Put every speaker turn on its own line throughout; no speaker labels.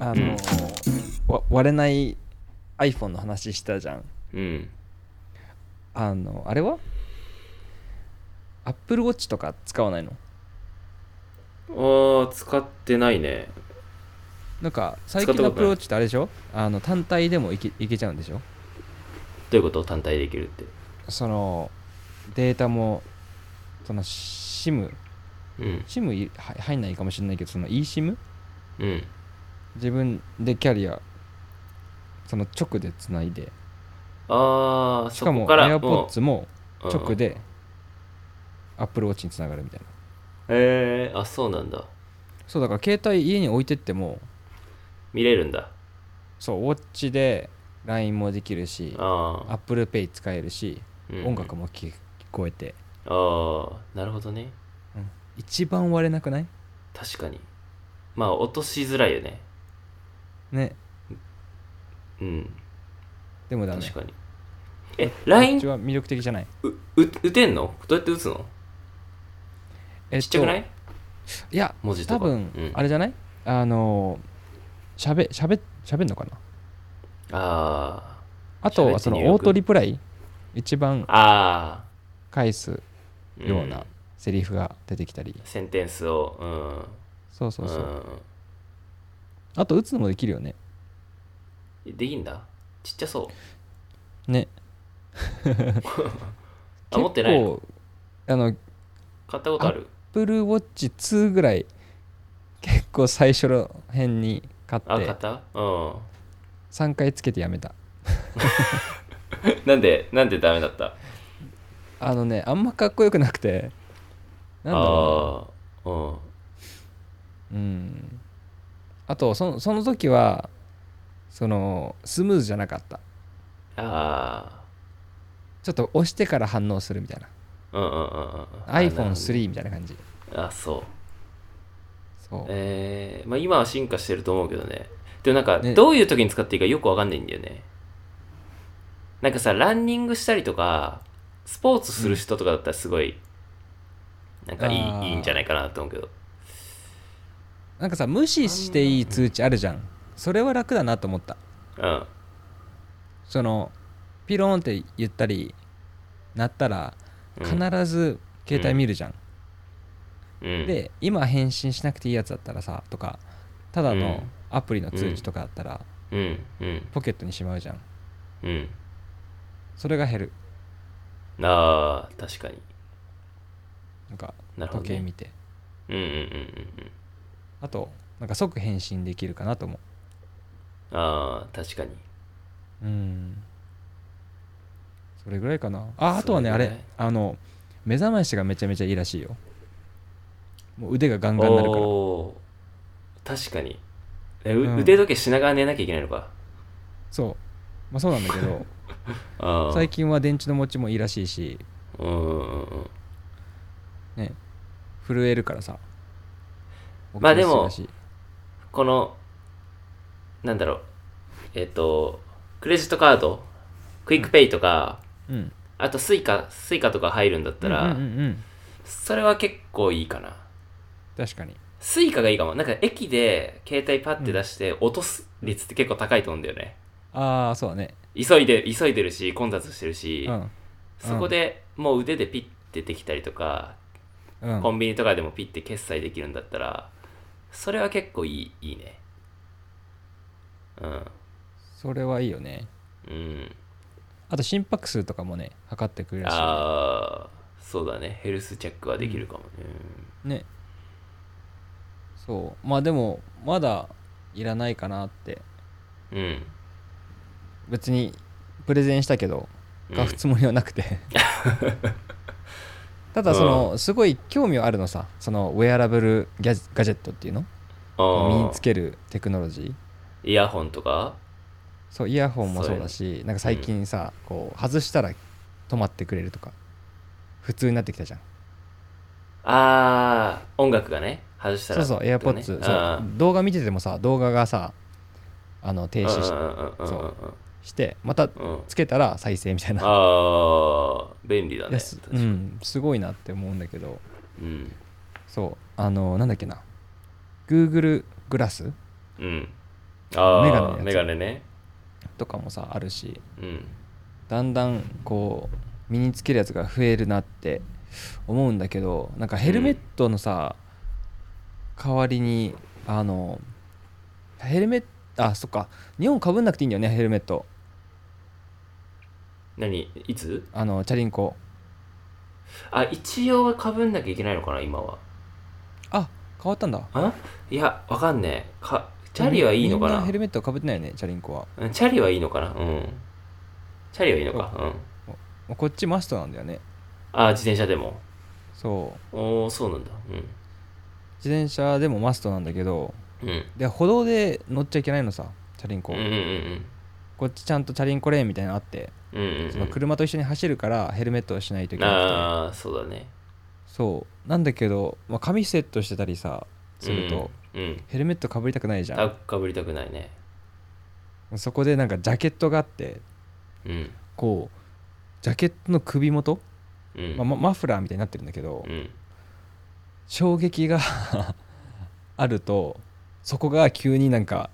あの、わ割れない iPhone の話したじゃん
うん
あのあれは Apple Watch とか使わないの
ああ使ってないね
なんか最近の
使ったこと
Apple
ない
Watch ってあれでしょあの単体でもいけいけちゃうんでしょ
どういうこと単体できるって
そのデータもその SIM
うん
SIM いは入んないかもしれないけどその eSIM
うん
自分でキャリアその直でつないで
ああ
し
そ
かも
こから
AirPods も
もう
直
うん
で Apple Watch につながるみたいな
へえあそうなんだ
そうだから携帯家に置いてっても
見れるんだ
そうウォッチで LINE もできるし
ああ
Apple Pay 使えるし、
うん
音楽も聞聞こえて、
ああなるほどね
うん一番割れなくない
確かにまあ落としづらいよね
ね
うん
でもだね
確かにえ
こっ
LINE
ちは魅力的じゃないう
う打てんのどうやって打つの
え
ちっちゃくない
いや
文字と
多
か
分、
うん
あれじゃないあのしゃべしゃべしゃべんのかな
あ
あと
喋
は
って
そ
入力
のオートリプライ一番
ああ
返す
あ
ようなんセリフが出てきたり、
センテンスをうん
そうそうそう、
う
あと打つのもできるよね
んできんだちっちゃそう
ね
あ持ってないの
結構あの
買ったことある
Apple Watch 2ぐらい結構最初の辺に買っ
あ買
て
ったうん
3回つけてやめた
なんでなんでダメだった
あのねあんまかっこよくなくてなんだろ
ああー
うなうんあとそのその時はそのスムーズじゃなかった
うんあ
ちょっと押してから反応するみたいな
あうんうんうんうん
iPhone3 みたいな感じ
あそう
そう
えー、まあ今は進化してると思うけどねでもなんか
ね
どういう時に使っていいかよくわかんないんだよねなんかさランニングしたりとかスポーツする人とかだったらすごい、なんかい
あー
いいいんじゃないかなと思うけど
なんかさ無視していい通知あるじゃんそれは楽だなと思った
うん
そのピローンって言ったり鳴ったら
うん
必ず携帯見るじゃん、
うん、
で今返信しなくていいやつだったらさとかただ
うん
のアプリの通知とかだったら
うんうん
ポケットにしまうじゃん
うん
それが減る
あー確かに
なんか
なるほど
時
ね
計見て、
うんうんうんうんうん
あとなんか即返信できるかなと思
あー確かに
ううんそれぐらいかなああとはね
そ
あ
れぐらい
れあの目覚ましがめちゃめちゃいいらしいよもう腕がガンガンなるから
おー確かにえう
うん
腕時計しながら寝なきゃいけないのか
そうまあそうなんだけ ど
あー
最近は電池の持ちもいいらしいし
うんうんうんうん
ね震えるからさ
まあでも
起きやすいらしい
このなんだろうえっ、とクレジットカードクイックペイとか、
うん
あとスイカスイカとか入るんだったら、
うんうんうんうん
それは結構いいかな
確かに
スイカがいいかもなんか駅で携帯パッて出して落とす率って結構高いと思うんだよね、
ああそうだね
急いで急いでるし混雑してるし、
うん
そこでもう腕でピッてできたりとか、
うん
コンビニとかでもピッて決済できるんだったらそれは結構いいいいねうん
それはいいよね
うん
あと心拍数とかもね測ってくれるし
ああそうだねヘルスチェックはできるかもね、
ねそうまあでもまだいらないかなって
うんうん
別にプレゼンしたけど
うん
買うつもりはなく て、ただそのすごい興味はあるのさそのウェアラブルギャジガジェットっていうの
あー
身につけるテクノロジー
イヤホンとか
そうイヤホンもそうだしなんか最近さ、こう外したら止まってくれるとか普通になってきたじゃん
ああ音楽がね外した
そ
ら
うそう
エア
AirPods、そう動画見ててもさ動画がさあの停止しそしてまた
うん
つけたら再生みたいな、
ああ便利だ
いや
ね
す
確
う
かに
ん、すごいなって思うんだけど
うん
そうあのなんだっけな Google グラス
うんあ
メガネのや
あ
つ
メガネね
とかもさあるし
うん
だんだんこう身につけるやつが増えるなって思うんだけどなんかヘルメットのさ、代わりにあのヘルメットあそっか日本かぶんなくていいんだよねヘルメット
何いつ
あのチャリンコ
あ一応はかぶんなきゃいけないのかな今は
あ変わったんだ
あいやわかんねえかチャリはいいのか
みん
な
ヘルメットかぶってないよねチャリンコは
うんチャリはいいのかなうんチャリはいいのかうん
もうこっちマストなんだよね
あ自転車でも
そう
おおそうなんだ
自転車でもマストなんだけど
うんうん
で歩道で乗っちゃいけないのさチャリンコ、
うんうん
こっちちゃんとチャリンコレーンみたいなのあって、
うんうんうんうん
その車と一緒に走るからヘルメットをしないといけなくて
ああそうだね
そうなんだけど、まあ、髪セットしてたりさすると、
うん、うん、
ヘルメットかぶりたくないじ
あ
ゃ
かぶりたくないね
んそこでなんかジャケットがあって
うん
こうジャケットの首元、
うん、
まあ、ママフラーみたいになってるんだけど、
うん
衝撃が あるとそこが急になんか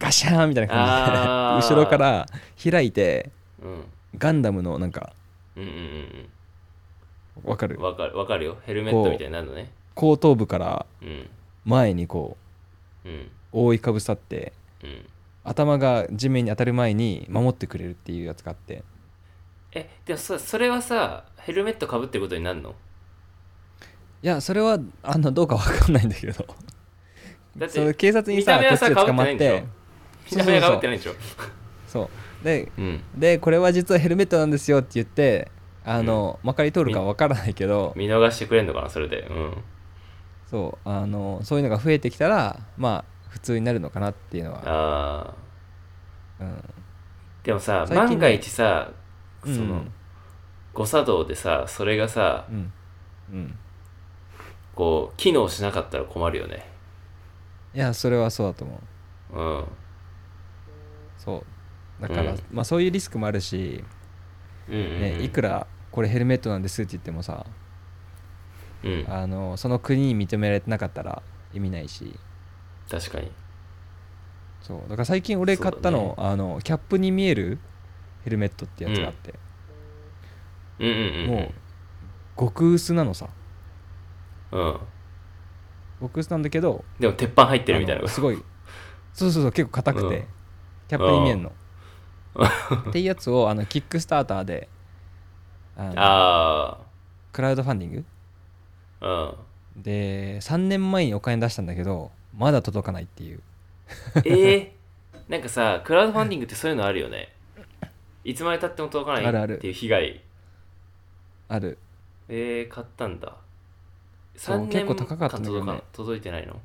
ガシャーンみたいな
あ
感
ー
じで後ろから開いて
うん
ガンダムのなんか
うんうん
わか
う
る
んわかるわかるよヘルメットみたいになるのね
後頭部から
うん
前にこ
うん
う覆いかぶさって
うん
頭が地面に当たる前に守ってくれるっていうやつがあって
えでもそそれはさヘルメットかぶってることになるの
いやそれはあのどうかわかんないんだけど
だって
その警察にさこ
見た目は
っ
さ
ちで捕まっ
被ってない
て
ん
そうそうそう
見た目がかぶってないでしょ
そうで
うん
でこれは実はヘルメットなんですよって言ってあの、まかり通るかわからないけど
見逃してくれんのかなそれでうん
そうあのそういうのが増えてきたらまあ普通になるのかなっていうのは、
ああ
うん、
でもさ、
最近ね
万が一さその、
うん
誤作動でさそれがさ、
うん、うん、
こう機能しなかったら困るよね
いやそれはそうだと思う
うん
そうだから、
うん
まあそういうリスクもあるし、
うんうんうん、
ねいくらこれヘルメットなんですって言ってもさ
うん
あのその国に認められてなかったら意味ないし
確かに
そうだから最近俺買ったの,、
そ
あのキャップに見えるヘルメットってやつがあって、
うんうん
もう極薄なのさ
うんうん
極薄なんだけど
でも鉄板入ってるみたい
あの
な
すごいそうそうそう結構硬くて、
うん
キャップに見えんのっていうやつをあのキックスターターであの
あ
クラウドファンディング
あうん
で3年前にお金出したんだけどまだ届かないっていう
ええなんかさクラウドファンディングってそういうのあるよねいつまでたっても届か
あるあ
ない
る
っていう被害
ある
ええ買ったんだ
そう
3年
結構高かったんだけどね
間届か届いてないの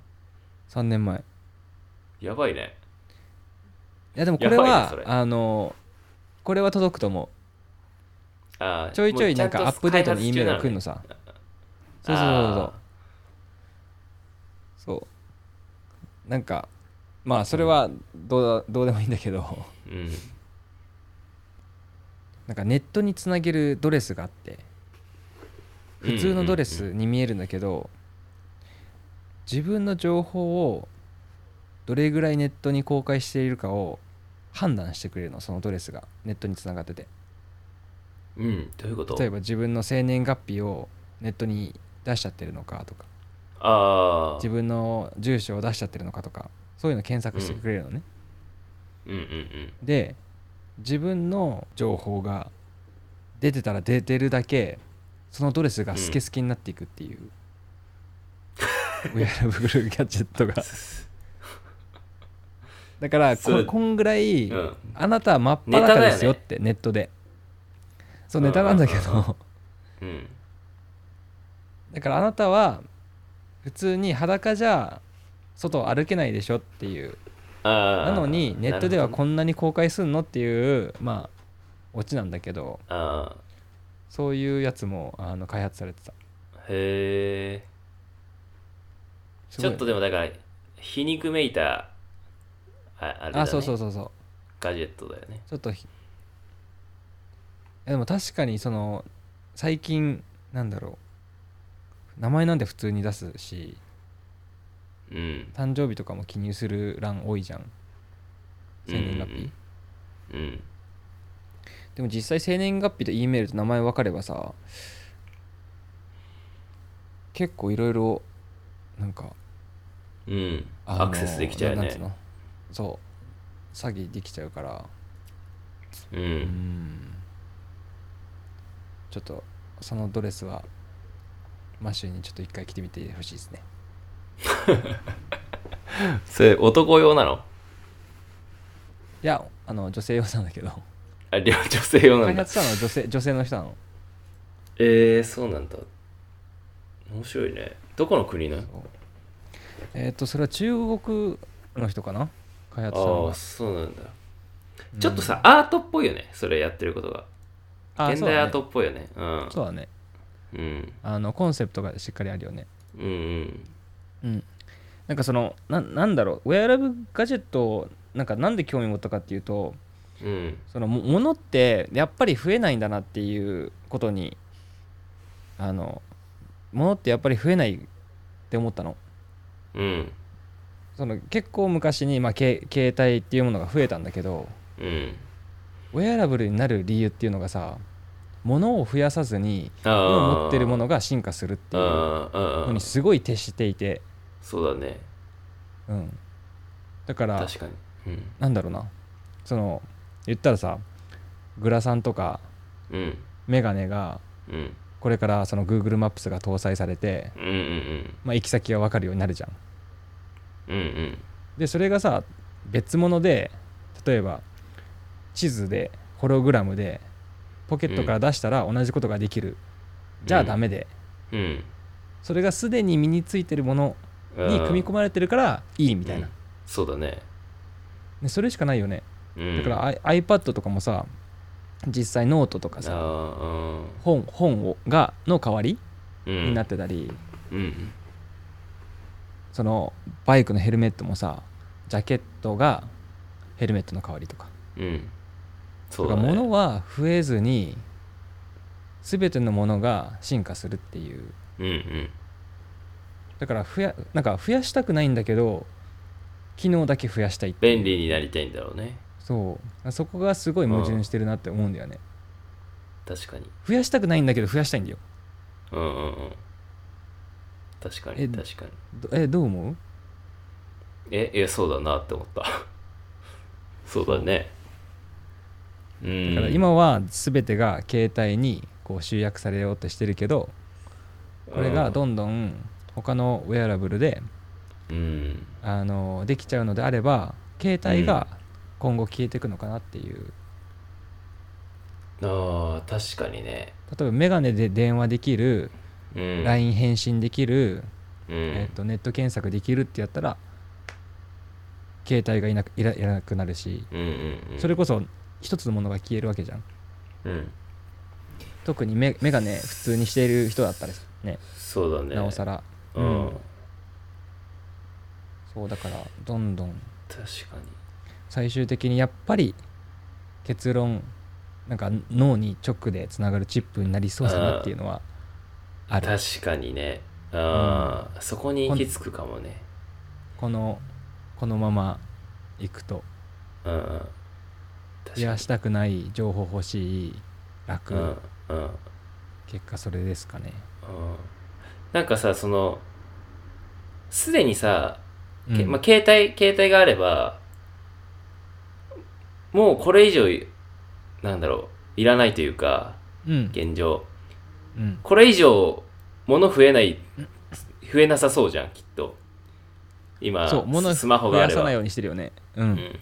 3年前い
やばいね
やでもこれは
やばいねそれ
あのこれは届くと思
あ
う
ー
ちょいちょい
も
な
うんちゃ
かアップデートの E メールが来るのさそうそうそうそうそうなんかまあそれはどうだどうでもいいんだけど
開発中なのね
なんかネットにつなげるドレスがあって
うん
普通のドレ
うんうん
スに見えるんだけど自分の情報をどれぐらいネットに公開しているかを判断してくれるのそのドレスがネットにつながってて
うんうんどういうこと
例えば自分の生年月日をネットに出しちゃってるのかとか
ああ
自分の住所を出しちゃってるのかとかそういうの検索してくれるのね、
うんうんうん
で自分の情報が出てたら出てるだけそのドレスがスケスケになっていくっていう、ウェアラブルギャジェットが だから
そ
こ
う
こんぐらい、
うん
あなたは真っ裸ですよっ
ネ
てネットでそうネタなんだけ
うんうんうん
ど
うん
だからあなたは普通に裸じゃ外を歩けないでしょっていう
ああ
なのにネットではこ
ん
んなに公開すんのっていうまあオチなんだけど
あ
そういうやつもあの開発されてた
あへえ
す
ち
ごい
ょっとでもだから皮肉めいたああれだ、ね、
あそうそうそうそう
ガジェットだよね
ちょっとひいやでも確かにその最近なんだろう名前なんて普通に出すし
うん
誕生日とかも記入する欄多いじゃん生年月日、
うんうん
でも実際生年月日と E メールと名前分かればさ結構いろいろなんか、
うん、うん、
あの
アクセスできちゃうよ
なんつ
ね
うのそう詐欺できちゃうから
うん、
うんちょっとそのドレスはマシューにちょっと一回着てみてほしいですね
それ男用なの
いやあの女性用なんだけど
あ両女性用な
開
んだ
発したのは女性女性の人なの
えー、そうなんだ面白いねどこの国なの
えっ、とそれは中国の人かな開発したの
ああー
は
そうなんだ
うん
ちょっとさ、アートっぽいよねそれやってることが
あ
現代アートっぽいよねうん
そうだね
うん
あのコンセプトがしっかりあるよね
うんうん
うんなんかそのななんだろうウェアラブガジェットをなんかなんで興味持ったかっていうと
うん
そのも物ってやっぱり増えないんだなっていうことにあの物ってやっぱり増えないって思ったの
うん
その結構昔に、まあ、け携帯っていうものが増えたんだけど
うん
ウェアラブルになる理由っていうのがさ物を増やさずに
ああ
今持ってるものが進化するっていう
あーあー
のにすごい徹していて、
そうだね
うん、だから
確かにうん
なんだろうなその言ったらさグラサンとか
うん
メガネが
うん
これからその Google マップスが搭載されて、
うんうん
まあ、行き先が分かるようになるじゃん。
うんうん
でそれがさ別物で例えば地図でホログラムでポケットから出したら同じことができる、じゃあダメで
うんうん
それがすでに身についてるもの
うん
に組み込まれてるからいいみたいな、
うんそうだね
ねそれしかないよね
うん
だから、I iPad とかもさ実際ノートとかさ
あ
本本をがの代わり
ーうん
になってたり、
うん
そのバイクのヘルメットもさジャケットがヘルメットの代わりとか
うんそ
だ
う
か
だ
ら
ね
物は増えずに全てのものが進化するっていう
うんうん
だから増やなんか増やしたくないんだけど機能だけ増やしたいっていう
便利になりたいんだろうね
そうそこがすごい矛盾してるなって思うんだよね
確かに
増やしたくないんだけど増やしたいんだよ
うんうんうん確かに
え
確かに
どえどう思う
えいやそうだなって思った そうだねうん
だから今は全てが携帯にこう集約されようとしてるけどこれがどんどん他のウェアラブルで
うん
あのできちゃうのであれば携帯が今後消えていくのかなっていう
ああ確かにね
例えばメガネで電話できる
うん
LINE 返信できる、
うん、
えっとネット検索できるってやったら携帯がいなくいらいらなくなるし
うんうんうん
それこそ一つのものが消えるわけじゃん
うん
特にメメガネ普通にしている人だったらね
そうだね
なおさら、
う
うんんそうだからどんどん
確かに
最終的にやっぱり結論なんか脳に直でつながるチップになりそうだなっていうのはある
確かにねあー、そこに行き着くかもね
このこのままいくと
うんうん確
増やしたくない情報欲しい楽、
うんうん
結果それですかね
うんなんかさそのすでにさ、
うん
けまあ、携帯携帯があればもうこれ以上いなんだろういらないというか
うん
現状
うん
これ以上物増えない増えなさそうじゃんきっと今
そう物
ススマホがあれ
増やさ
ば
ないようにしてるよねうん、
うん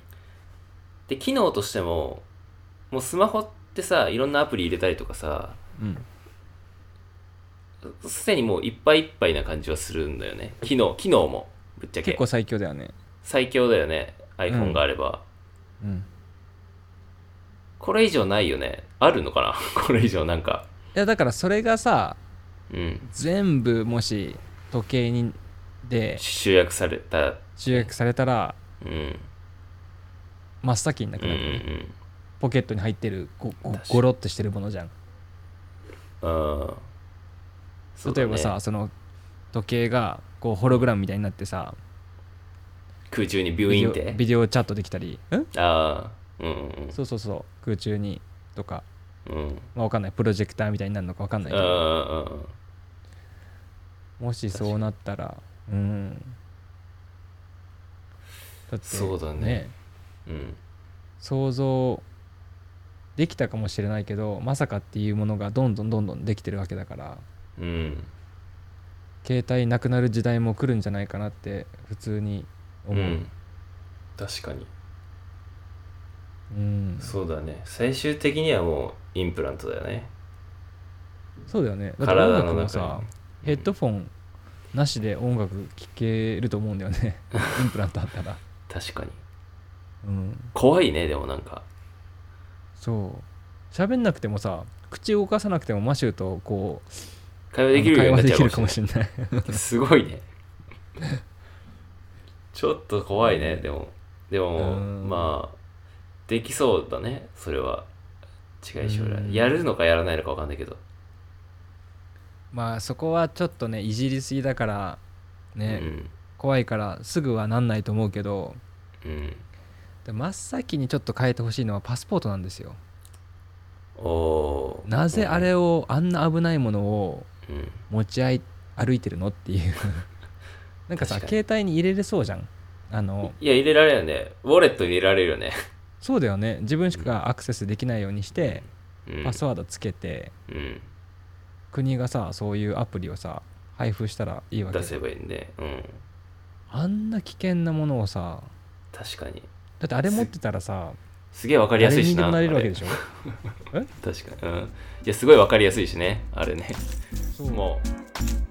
で機能としてももうスマホってさいろんなアプリ入れたりとかさ
うん
すでにもういっぱいいっぱいな感じはするんだよね機能機能もぶっちゃけ
結構最強だよね
最強だよね
う
iPhone
ん
があれば、
うん
これ以上ないよねあるのかな これ以上なんか
いやだからそれがさ
うん
全部もし時計にで
集約された
集約されたら
うん
真っ先になく
うん
な
う
る、
ん
ポケットに入ってるごご
確かに
ゴロっとしてるものじゃん
うんうんそうだ
例え
ね
ばさその時計がこうホログラムみたいになってさ
空中にビュー
ビ
イ
デ
ンっ
オ
て
ビデオチャットできたりん
ああうんうん
そうそうそう空中にとか、
うんうん
まあ、わかんないプロジェクターみたいになるのかわかんないけ
うんう
ど
んうん
もしそうなったらうんだって
そうだねうん
想像できたかもしれないけどまさかっていうものがどんどんどんどんできてるわけだから
うん
携帯なくなる時代も来るんじゃないかなって普通に
う
思う、
ん確かに
うん
そうだね最終的にはもうインプラントだよね
そうだよねだって音
体
楽
の
も
中
さ
に
ヘッドフォンなしで音楽聴けると思うんだよ ねインプラントあったら
確かに
うん
怖いねでもなんか
そう喋んなくてもさ口動かさなくてもマシューとこう
会話できるよう
会話で
になっちゃ
き
う
る
か
か
も
も
し
しれない
れないすごいね ちょっと怖いねでもで
う
も
ん
まあできそうだねそれは近い将
うん
来やるのかやらないのか分かんないけど
まあそこはちょっとねいじりすぎだからね、
うん
怖いからすぐはなんないと思うけど
うん
で真っ先にちょっと変えてほしいのはパスポートなんですよ
おー
なぜあれをあんな危ないものを
うん
持ち歩い歩いてるのっていう なんかさ
確か
携帯に入れれそうじゃんあの
いや入れられるよねウォレットに入れられるよね
そうだよね自分しかアクセスできないようにして
うん
パスワードつけて
うん
国がさそういうアプリをさ配布したらいいわけ
出
じゃ
せ
ん
ばいいんでうん
あんな危険なものをさ
確かに
だってあれ持ってたらさ
すげえ分かりやす
誰
い
に
し
で
な
もなれるわけでしょ
あれ確かにうんいやすごい分かりやすいしねあれね
そう
もう